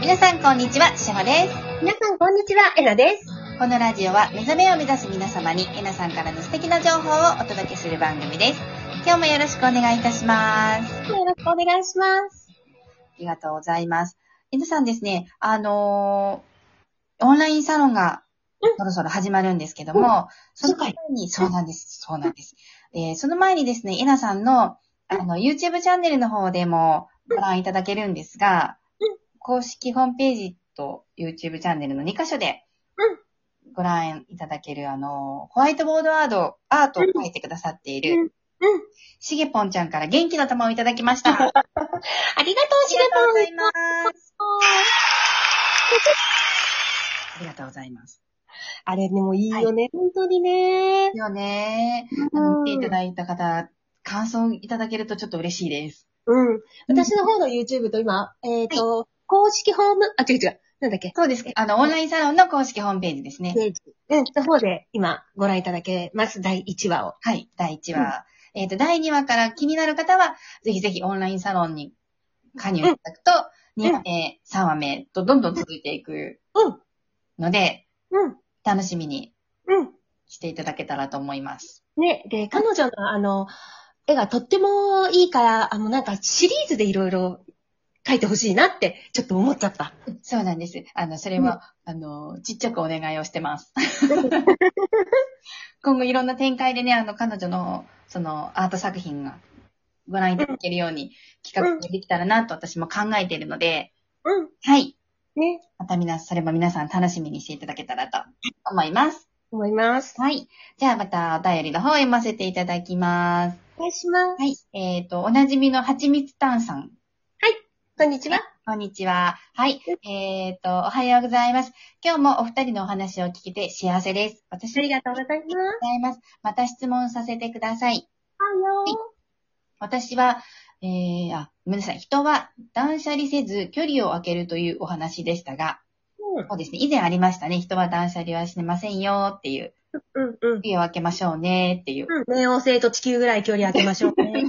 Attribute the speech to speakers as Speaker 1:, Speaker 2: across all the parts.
Speaker 1: 皆さんこんにちは、しほです。
Speaker 2: 皆さん、こんにちは。エナです。
Speaker 1: このラジオは目覚めを目指す皆様に、えなさんからの素敵な情報をお届けする番組です。今日もよろしくお願いいたします。あ
Speaker 2: よろしくお願いします。
Speaker 1: りがとうございます。えなさんですね、あのーオンラインサロンが
Speaker 2: うん
Speaker 1: そろそろ始まるんですけども、
Speaker 2: うん
Speaker 1: その前に、そうなんです、そうなんです。えーその前にですね、えなさんの、あの、YouTube チャンネルの方でもご覧いただけるんですが
Speaker 2: う、
Speaker 1: 公式ホームページと YouTube チャンネルの2箇所でご覧いただける、あの、ホワイトボードアート、アートを描いてくださってい
Speaker 2: うんう
Speaker 1: る
Speaker 2: ん、
Speaker 1: しげぽんちゃんから元気の玉をいただきま した。ありがと
Speaker 2: ありがとう、しげ
Speaker 1: うござ
Speaker 2: と
Speaker 1: います。
Speaker 2: う。
Speaker 1: ありがとうございます。
Speaker 2: あれね、もういいよね。本当にね。
Speaker 1: よね、あの見ていただいた方、感想いただけるとちょっと嬉しいです。
Speaker 2: うん。私の方の YouTube と今、えっと、公式ホーム、あ、違う違う。なんだっけ
Speaker 1: そうです。あの、オンラインサロンの公式ホームページですね。
Speaker 2: ページ。うん。の方で今、ご覧いただけます。第1話を。
Speaker 1: はい、第1話。えっ、と、第2話から気になる方は、ぜひぜひオンラインサロンに加入いただくと、
Speaker 2: ん
Speaker 1: 2話目、3話目とどんどん続いていく
Speaker 2: うん
Speaker 1: ので、
Speaker 2: うん。
Speaker 1: 楽しみに
Speaker 2: うん。
Speaker 1: していただけたらと思います。
Speaker 2: ね、で、彼女のあの、絵がとってもいいから、あの、なんかシリーズでいろいろ描いてほしいなって、ちょっと思っちゃった。
Speaker 1: そうなんです。あの、それは、あの、ちっちゃくお願いをして ます。今後いろんな展開でね、あの、彼女の、その、アート作品がご覧いただけるように企画ができたらなと私も考えているので、
Speaker 2: うん。
Speaker 1: はい。
Speaker 2: ね、
Speaker 1: また皆、それも皆さん楽しみにしていただけたらと思います。
Speaker 2: 思います。
Speaker 1: はい。じゃあまたお便りの方を読ませていただきます。
Speaker 2: お願いします。
Speaker 1: はい。えっ、と、おなじみのはちみつたんさん
Speaker 2: こんにちは。
Speaker 1: こんにちは。はい。えっ、と、おはようございます。今日もお二人のお話を聞けて幸せです。私
Speaker 2: あ
Speaker 1: あり
Speaker 2: り
Speaker 1: が
Speaker 2: がとうございます。
Speaker 1: とうございます。また質問させてください。
Speaker 2: はよ
Speaker 1: 私は、えー、あ、ごめんなさい。人は断捨離せず距離を空けるというお話でしたが、
Speaker 2: う。
Speaker 1: そうですね。以前ありましたね。人は断捨離はしてませんよっていう、
Speaker 2: うんうん。
Speaker 1: 距離を空けましょうねっていう。
Speaker 2: 冥王星と地球ぐらい距離空けましょう ね。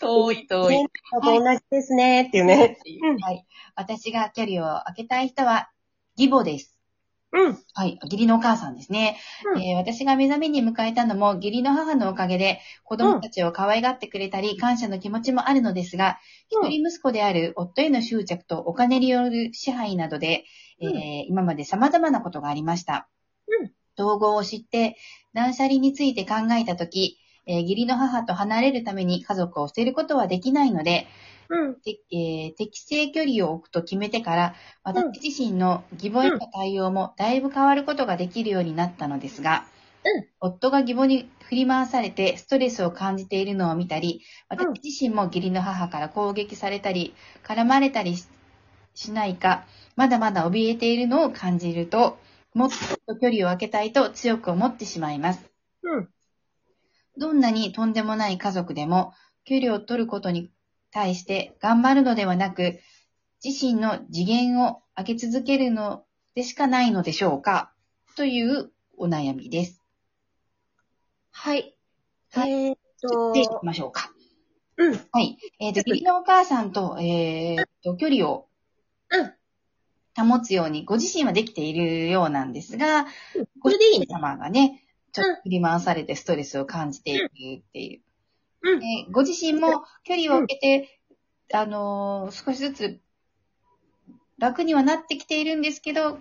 Speaker 1: 遠い遠
Speaker 2: ねと同じですね、っていうね。うん
Speaker 1: はい。私が距離を空けたい人は、義母です。
Speaker 2: うん。
Speaker 1: はい。義理のお母さんですね、
Speaker 2: うん
Speaker 1: えー私が目覚めに迎えたのも義理の母のおかげで、子供たちを可愛がってくれたり、感謝の気持ちもあるのですが、一、
Speaker 2: うん
Speaker 1: 人息子である夫への執着とお金による支配などで、えー
Speaker 2: うん
Speaker 1: 今まで様々なことがありました。
Speaker 2: うん
Speaker 1: 統合を知って、断捨離について考えたとき、えー義理の母と離れるために家族を捨てることはできないので、
Speaker 2: うん。
Speaker 1: てえー適正距離を置くと決めてから、私自身の義母への対応もだいぶ変わることができるようになったのですが、
Speaker 2: うん
Speaker 1: 夫が義母に振り回されてストレスを感じているのを見たり、
Speaker 2: うん
Speaker 1: 私自身も義理の母から攻撃されたり、絡まれたりししないか、まだまだ怯えているのを感じると、もっと距離を空けたいと強く思ってしまいます。
Speaker 2: うん。
Speaker 1: どんなにとんでもない家族でも、給料を取ることに対して頑張るのではなく、自身の次元を上げ続けるのでしかないのでしょうかというお悩みです。
Speaker 2: はい。
Speaker 1: はい
Speaker 2: えーっと
Speaker 1: で、、いきましょうか。
Speaker 2: うん。
Speaker 1: はい。えっ、と、義理のお母さんと、えーと、距離を
Speaker 2: うん。
Speaker 1: 保つように、ご自身はできているようなんですが、
Speaker 2: これでいいね。
Speaker 1: 様がね、ちょっと振り回されてストレスを感じているっていう。
Speaker 2: うん。
Speaker 1: えーご自身も距離を置けて、あのー少しずつ楽にはなってきているんですけど、
Speaker 2: うん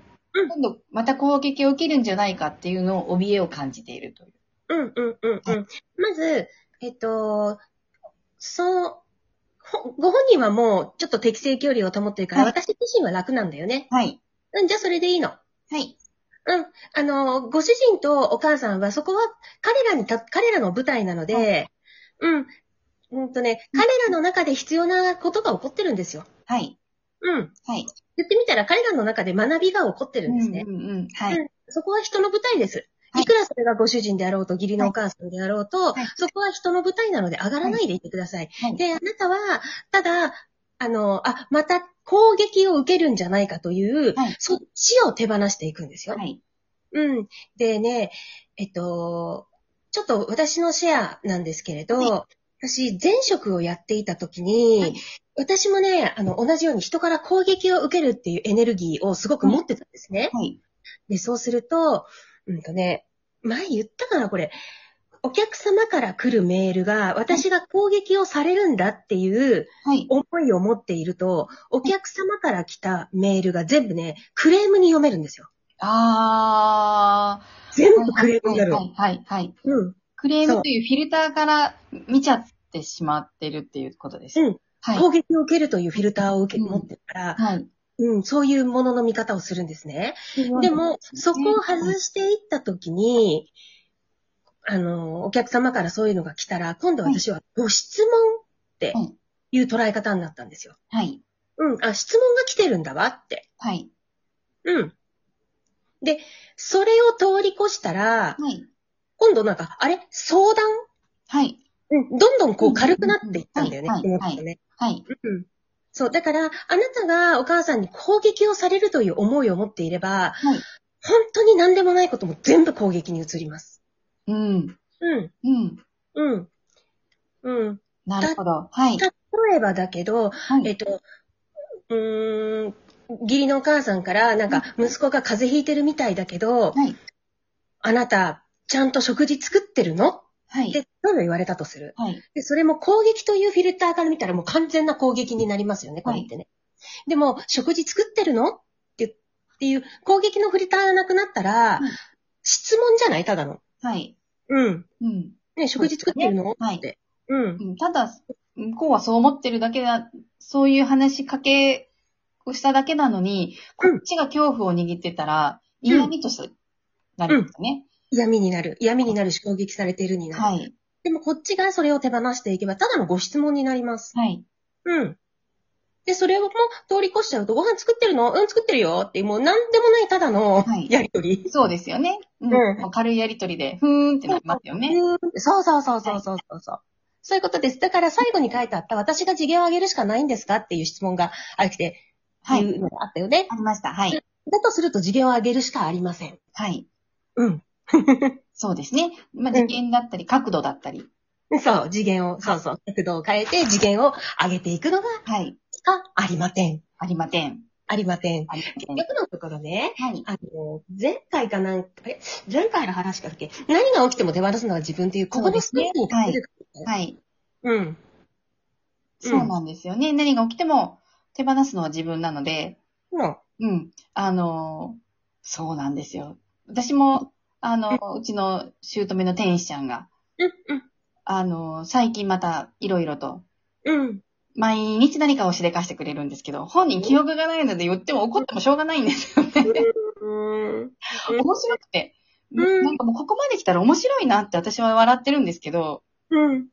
Speaker 1: 今度また攻撃を受けるんじゃないかっていうのを怯えを感じているという。
Speaker 2: うんうんうんうん。まず、えっと、そう、ほご本人はもうちょっと適正距離を保ってるから、
Speaker 1: はい
Speaker 2: 私自身は楽なんだよね。
Speaker 1: はい。
Speaker 2: うん、じゃあそれでいいの。
Speaker 1: はい。
Speaker 2: うん。あの、ご主人とお母さんは、そこは彼らにた、彼らの舞台なので、うん。うんとね、彼らの中で必要なことが起こってるんですよ。
Speaker 1: はい。
Speaker 2: うん。
Speaker 1: はい。
Speaker 2: 言ってみたら彼らの中で学びが起こってるんですね。
Speaker 1: うんうんうん。はい。
Speaker 2: うんそこは人の舞台です。
Speaker 1: はい
Speaker 2: いくらそれがご主人であろうと、義理のお母さんであろうと、
Speaker 1: はい
Speaker 2: そこは人の舞台なので上がらないでいてください。
Speaker 1: はい。
Speaker 2: で、あなたは、ただ、あの、あ、また攻撃を受けるんじゃないかという、
Speaker 1: はい
Speaker 2: そっちを手放していくんですよ。
Speaker 1: はい。
Speaker 2: うん。でね、えっと、ちょっと私のシェアなんですけれど、
Speaker 1: は
Speaker 2: 私、前職をやっていた時に、
Speaker 1: はい
Speaker 2: 私もね、あの、同じように人から攻撃を受けるっていうエネルギーをすごく持ってたんですね。
Speaker 1: はい。
Speaker 2: で、そうすると、うんとね、前言ったかな、これ。お客様から来るメールが、私が攻撃をされるんだっていう
Speaker 1: はい。
Speaker 2: 思いを持っていると、お客様から来たメールが全部ね、クレームに読めるんですよ。
Speaker 1: あー。
Speaker 2: 全部クレームになる。
Speaker 1: はいはいはい。
Speaker 2: うん。
Speaker 1: クレームというフィルターから見ちゃってしまってるっていうことです。
Speaker 2: うん。
Speaker 1: はい。
Speaker 2: 攻撃を受けるというフィルターを受け、
Speaker 1: うん
Speaker 2: 持ってるから、
Speaker 1: はい。
Speaker 2: うん、そういうものの見方をするんですね。でも、そこを外していったときに、あの、お客様からそういうのが来たら、今度私はご質問って
Speaker 1: はい
Speaker 2: いう捉え方になったんですよ。
Speaker 1: はい。
Speaker 2: うん、あ、質問が来てるんだわって。
Speaker 1: はい。
Speaker 2: うん。で、それを通り越したら、
Speaker 1: はい。
Speaker 2: 今度なんか、あれ相談
Speaker 1: はい。
Speaker 2: うん、どんどんこう軽くなっていったんだよね
Speaker 1: うんうん、
Speaker 2: 気
Speaker 1: うん
Speaker 2: 持
Speaker 1: はい
Speaker 2: ちがね。
Speaker 1: はい。
Speaker 2: うんそう、だから、あなたがお母さんに攻撃をされるという思いを持っていれば、
Speaker 1: はい
Speaker 2: 本当に何でもないことも全部攻撃に移ります。
Speaker 1: うん。
Speaker 2: うん、
Speaker 1: うん。
Speaker 2: うん、うん。
Speaker 1: なるほど。はい。
Speaker 2: 例えばだけど、
Speaker 1: はい
Speaker 2: えっと、うーん、義理のお母さんから、なんか、息子が風邪ひいてるみたいだけど、
Speaker 1: はい。
Speaker 2: あなた、ちゃんと食事作ってるの
Speaker 1: は
Speaker 2: っ
Speaker 1: い。
Speaker 2: て、どんどん言われたとする。
Speaker 1: はい。
Speaker 2: で、それも攻撃というフィルターから見たらもう完全な攻撃になりますよね、これってね。でも、食事作ってるのってっていう攻撃のフィルターがなくなったら、
Speaker 1: うん
Speaker 2: 質問じゃないただの。
Speaker 1: はい。
Speaker 2: うん。
Speaker 1: うん。
Speaker 2: ね、食事作ってるの、
Speaker 1: はい
Speaker 2: って。うん。
Speaker 1: うんただ、向こうはそう思ってるだけだ、そういう話しかけをしただけなのに、こ
Speaker 2: うん
Speaker 1: っちが恐怖を握ってたら、
Speaker 2: ん
Speaker 1: 嫌味としてなるんですよね。
Speaker 2: 闇になる。闇になるし攻撃されているになる。
Speaker 1: はい。
Speaker 2: でもこっちがそれを手放していけば、ただのご質問になります。
Speaker 1: はい。
Speaker 2: うん。で、それをもう通り越しちゃうと、ご飯作ってるのうん、作ってるよって、もう何でもないただの
Speaker 1: はい
Speaker 2: やりとり。
Speaker 1: そうですよね。うん
Speaker 2: うん
Speaker 1: もう軽いやりとりで、ふーんってなりますよね。
Speaker 2: そうそうそうそうそうそうそう。そういうことです。だから最後に書いてあった、私が次元を上げるしかないんですかっていう質問があきて、
Speaker 1: は
Speaker 2: いう
Speaker 1: い。
Speaker 2: のがあったよね。
Speaker 1: ありました。はい。
Speaker 2: だとすると次元を上げるしかありません。
Speaker 1: はい。
Speaker 2: うん。
Speaker 1: そうですね。まあ、
Speaker 2: うん
Speaker 1: 時間だったり、角度だったり。
Speaker 2: そう、次元を、そうそう、角度を変えて次元を上げていくのが、
Speaker 1: はい。
Speaker 2: あ、ありません。
Speaker 1: ありません。
Speaker 2: ありません。
Speaker 1: ありません。
Speaker 2: 結局のところね、
Speaker 1: はい。
Speaker 2: あの、前回かなんか、え前回の話だっけ何が起きても手放すのは自分っていう、ここのステージに立てる。
Speaker 1: はい。
Speaker 2: うん。
Speaker 1: そうなんですよね。何が起きても手放すのは自分なので、
Speaker 2: の、
Speaker 1: うん。あの、そうなんですよ。私も、あの、うちの姑の天使ちゃんが、
Speaker 2: うん、うん、
Speaker 1: あの、最近またいろいろと、
Speaker 2: うん。
Speaker 1: 毎日何かをしでかしてくれるんですけど、本人記憶がないので言っても怒ってもしょうがないんですよね。
Speaker 2: うん。
Speaker 1: 面白くて。
Speaker 2: うん
Speaker 1: なんかもうここまで来たら面白いなって私は笑ってるんですけど、
Speaker 2: うん。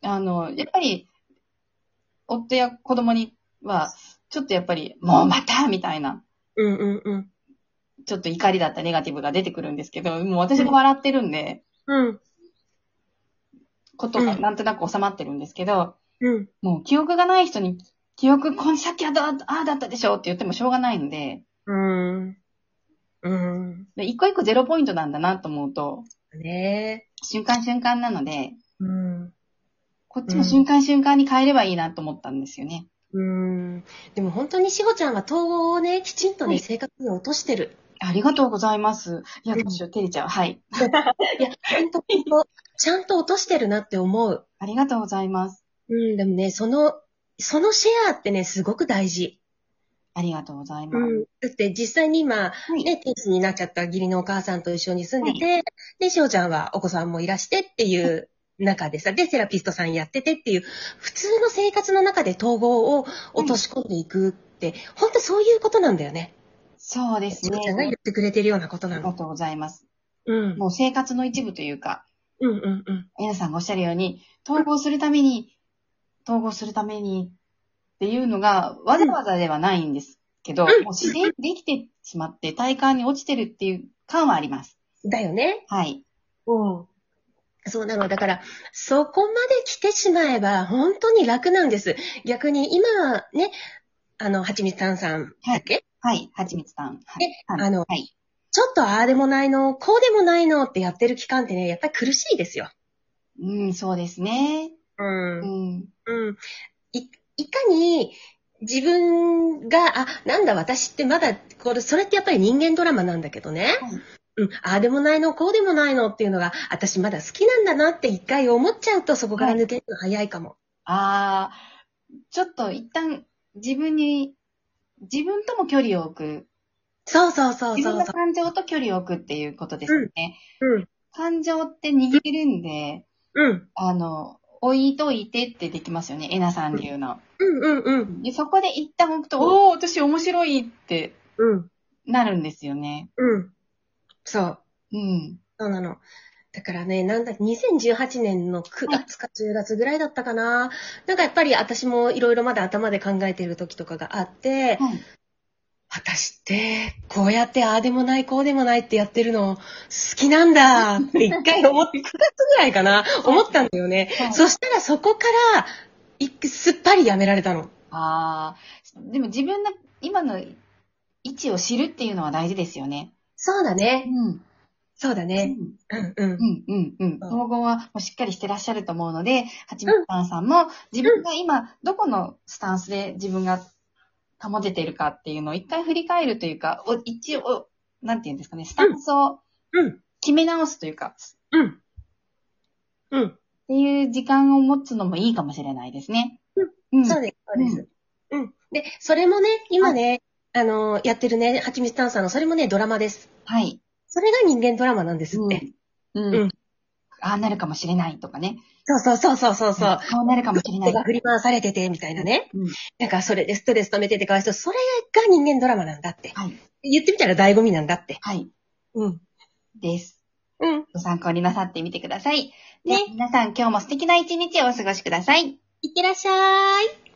Speaker 1: あの、やっぱり、夫や子供には、ちょっとやっぱり、もうまたみたいな、
Speaker 2: うんうんうん。
Speaker 1: ちょっと怒りだったネガティブが出てくるんですけど、もう私が笑ってるんで、
Speaker 2: うん。
Speaker 1: ことが
Speaker 2: うん
Speaker 1: なんとなく収まってるんですけど、
Speaker 2: うん。
Speaker 1: もう記憶がない人に、記憶、こんさっきあだ、ああだったでしょって言ってもしょうがないんで、
Speaker 2: うん。うん。
Speaker 1: で一個一個ゼロポイントなんだなと思うと、
Speaker 2: ね
Speaker 1: 瞬間瞬間なので、
Speaker 2: え。うん。
Speaker 1: こっちも瞬間瞬間に変えればいいなと思ったんですよね。
Speaker 2: うん。でも本当にしほちゃんは統合をね、きちんと
Speaker 1: は
Speaker 2: ね、
Speaker 1: い
Speaker 2: 生活に落としてる。
Speaker 1: ありがとうございます。いや、
Speaker 2: うん
Speaker 1: どうしよう、照れちゃう。はい。
Speaker 2: いや、ちゃんと、ちゃんと落としてるなって思う。
Speaker 1: ありがとうございます。
Speaker 2: うん。でもね、その、そのシェアってね、すごく大事。
Speaker 1: ありがとうございます。
Speaker 2: うん。だって実際に今、
Speaker 1: はい
Speaker 2: ね、天使になっちゃった義理のお母さんと一緒に住んでて、で、しおちゃんはお子さんもいらしてっていう中でさ、で、セラピストさんやっててっていう、普通の生活の中で統合を落とし込んでいくって、本当そういうことなんだよね。
Speaker 1: そうです
Speaker 2: しお
Speaker 1: ね。
Speaker 2: ちゃんが言ってくれてるようなこと
Speaker 1: あ
Speaker 2: な
Speaker 1: りが
Speaker 2: の。
Speaker 1: とうございます。
Speaker 2: うん。
Speaker 1: もう生活の一部というか、
Speaker 2: うんうんうん。
Speaker 1: 皆さんがおっしゃるように、統合するために、統合するためにっていうのが、わざわざではないんですけど、
Speaker 2: うん
Speaker 1: もう自然にできてしまって、体感に落ちてるっていう感はあります。
Speaker 2: だよね。
Speaker 1: はい。
Speaker 2: うん。そうなの。だから、そこまで来てしまえば、本当に楽なんです。逆に今、ね、あの、はちみつ炭さんだっけ、
Speaker 1: はい。はちみつさん。はい。
Speaker 2: あの
Speaker 1: はい。
Speaker 2: ちょっとああでもないの、こうでもないのってやってる期間ってね、やっぱり苦しいですよ。
Speaker 1: うん、そうですね。
Speaker 2: うん
Speaker 1: う。ん。
Speaker 2: うん。い、いかに自分が、あ、なんだ私ってまだ、これ、それってやっぱり人間ドラマなんだけどね。
Speaker 1: はい
Speaker 2: うん、ああでもないの、こうでもないのっていうのが、私まだ好きなんだなって一回思っちゃうと、そこから抜けるの早いかも。
Speaker 1: あー、ちょっと一旦自分に、自分とも距離を置く。
Speaker 2: そうそうそう
Speaker 1: 自
Speaker 2: そ
Speaker 1: 分
Speaker 2: う
Speaker 1: の
Speaker 2: そ
Speaker 1: 感情と距離を置くっていうことですよね。
Speaker 2: う。うん。
Speaker 1: 感情って握れるんで、
Speaker 2: うん。
Speaker 1: あの、置いといてってできますよね。えなさん流の。
Speaker 2: うんうんうん。
Speaker 1: でそこで一旦置くと、おー、私面白いって
Speaker 2: うん。
Speaker 1: なるんですよね。
Speaker 2: うん。そう。
Speaker 1: うん。
Speaker 2: そうなの。だからね、なんだ、2018年の9月か10月ぐらいだったかな。なんかやっぱり私もいろいろまだ頭で考えている時とかがあって、
Speaker 1: はい。
Speaker 2: 私って、こうやってああでもない、こうでもないってやってるの好きなんだって一回思って、9月ぐらいかな、思ったんだよね。
Speaker 1: はい
Speaker 2: そしたらそこから、いすっぱりやめられたの。
Speaker 1: ああ、でも自分の今の位置を知るっていうのは大事ですよね。
Speaker 2: そうだ
Speaker 1: う
Speaker 2: ね。
Speaker 1: ん。
Speaker 2: そうだ
Speaker 1: う
Speaker 2: ね。
Speaker 1: ん、
Speaker 2: うんうん
Speaker 1: う。ん、うん、うん。
Speaker 2: うん
Speaker 1: 統合はもうしっかりしてらっしゃると思うので、はちみつさんさんも自分が今どこのスタンスで自分が保てているかっていうのを一回振り返るというか、お一応、なんていうんですかね、スタンスを
Speaker 2: うん。
Speaker 1: 決め直すというか、っ
Speaker 2: うん。うん。
Speaker 1: ていう時間を持つのもいいかもしれないですね。うん。
Speaker 2: そうです、そうです。うん。で、それもね、今ね、あの、やってるね、はちみつ炭酸の、それもね、ドラマです。
Speaker 1: はい。
Speaker 2: それが人間ドラマなんですって。
Speaker 1: うん。
Speaker 2: う
Speaker 1: うんん。ああなるかもしれないとかね。
Speaker 2: そうそうそうそうそう。
Speaker 1: ああなるかもしれな
Speaker 2: 手
Speaker 1: い。
Speaker 2: が振り回されてて、みたいなね。
Speaker 1: うん
Speaker 2: なんか、それでストレス溜めててかわいそう。それが人間ドラマなんだって。
Speaker 1: はい。
Speaker 2: 言ってみたら醍醐味なんだって。
Speaker 1: はい。
Speaker 2: うん。
Speaker 1: です。
Speaker 2: うん。
Speaker 1: ご参考になさってみてください。ね。皆さん今日も素敵な一日をお過ごしください。
Speaker 2: いってらっしゃい。